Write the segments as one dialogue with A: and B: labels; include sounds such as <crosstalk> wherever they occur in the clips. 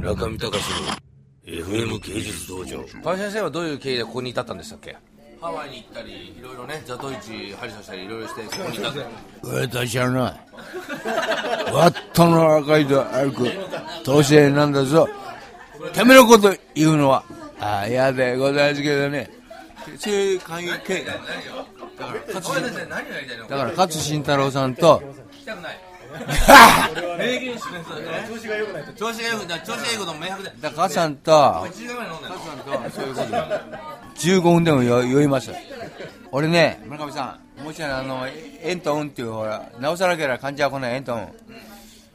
A: 中見隆の FM 芸術道場
B: 川島先生はどういう経緯でここに至ったんでしたっけ
C: ハワイに行ったり、いろいろね、ザトイチ針刺したり、いろいろして、そこにいたんだ
A: 私はなワットの赤いと歩く都市なんだぞためのこと言うのはあやでございますけどねそういう関係
C: 小林先生、何がやりたいの
A: だから勝慎太郎さん <laughs> と
C: 聞きたくない。名言しないとね。調子が良くないと。調子が良くない。調子が良くない。明白だ。
A: だから勝さんと
C: 1時間前飲んだよ。
A: 15分でも酔酔いました俺ね村上さんもしあのエントンっていうほら直さなければ患者は来ないエントン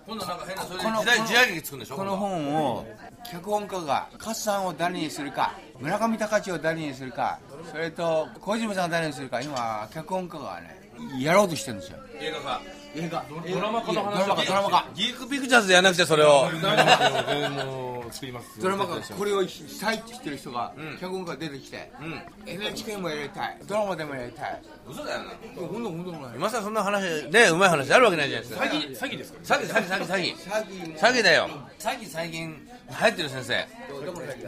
C: 今度なんか変な、それで
A: この
C: 時代、時代劇作るんでしょ
A: この本を脚本家が勝さんを誰にするか村上隆を誰にするかそれと小泉さんを誰にするか今脚本家がねやろうとしてるんですよ
C: 映画化。
A: 映画ドラマ化の話ドラマ化ドラマ化
C: ギークピクチャーズでやらなくて、それを。
A: ドラマ化これを再起してる人が脚本家が出てきて、NHK もやりたいドラマでもやりたい
C: 嘘だよな。
A: ほんとほんとほんと
C: 今さらそんな話、ね、うまい話あるわけないじゃないですか。詐欺、詐欺ですか詐欺、詐欺、詐欺、詐
A: 詐欺
C: 欺。
A: も
C: 詐欺だよ。詐欺最近流行ってる先生。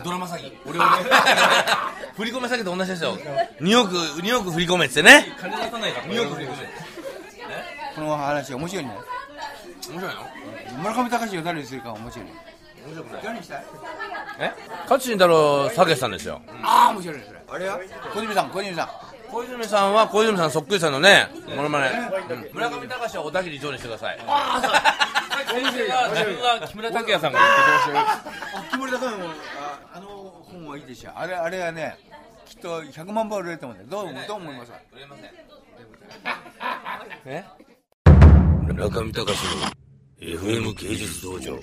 C: ドラマ詐欺。俺 <laughs> はね、振り込め詐欺と同じですよ。2億、2億振り込めっつってね。金出さないから。2億振り込め。
A: この話面白いね
C: 面白いの
A: 村上隆を誰にするか面白いね
C: 面白くない。
A: 誰にしたい
C: え勝新太郎詐欺したんですよ。
A: ああ面白いねそれあれは小泉さん小泉さん
C: 小泉さんは小泉さんそっくりさんのね、モノマネ。うん村上隆は小田切城にしてください。ああ、 <laughs> そう。先生が、自分が木村拓哉さんが言ってました
A: あ木森高いもんああの本はいいでしょあれあれはねきっと100万本売れると思うんだよどうどう思いますか
C: 売れません。
A: え
B: 中見隆の FM 芸術道場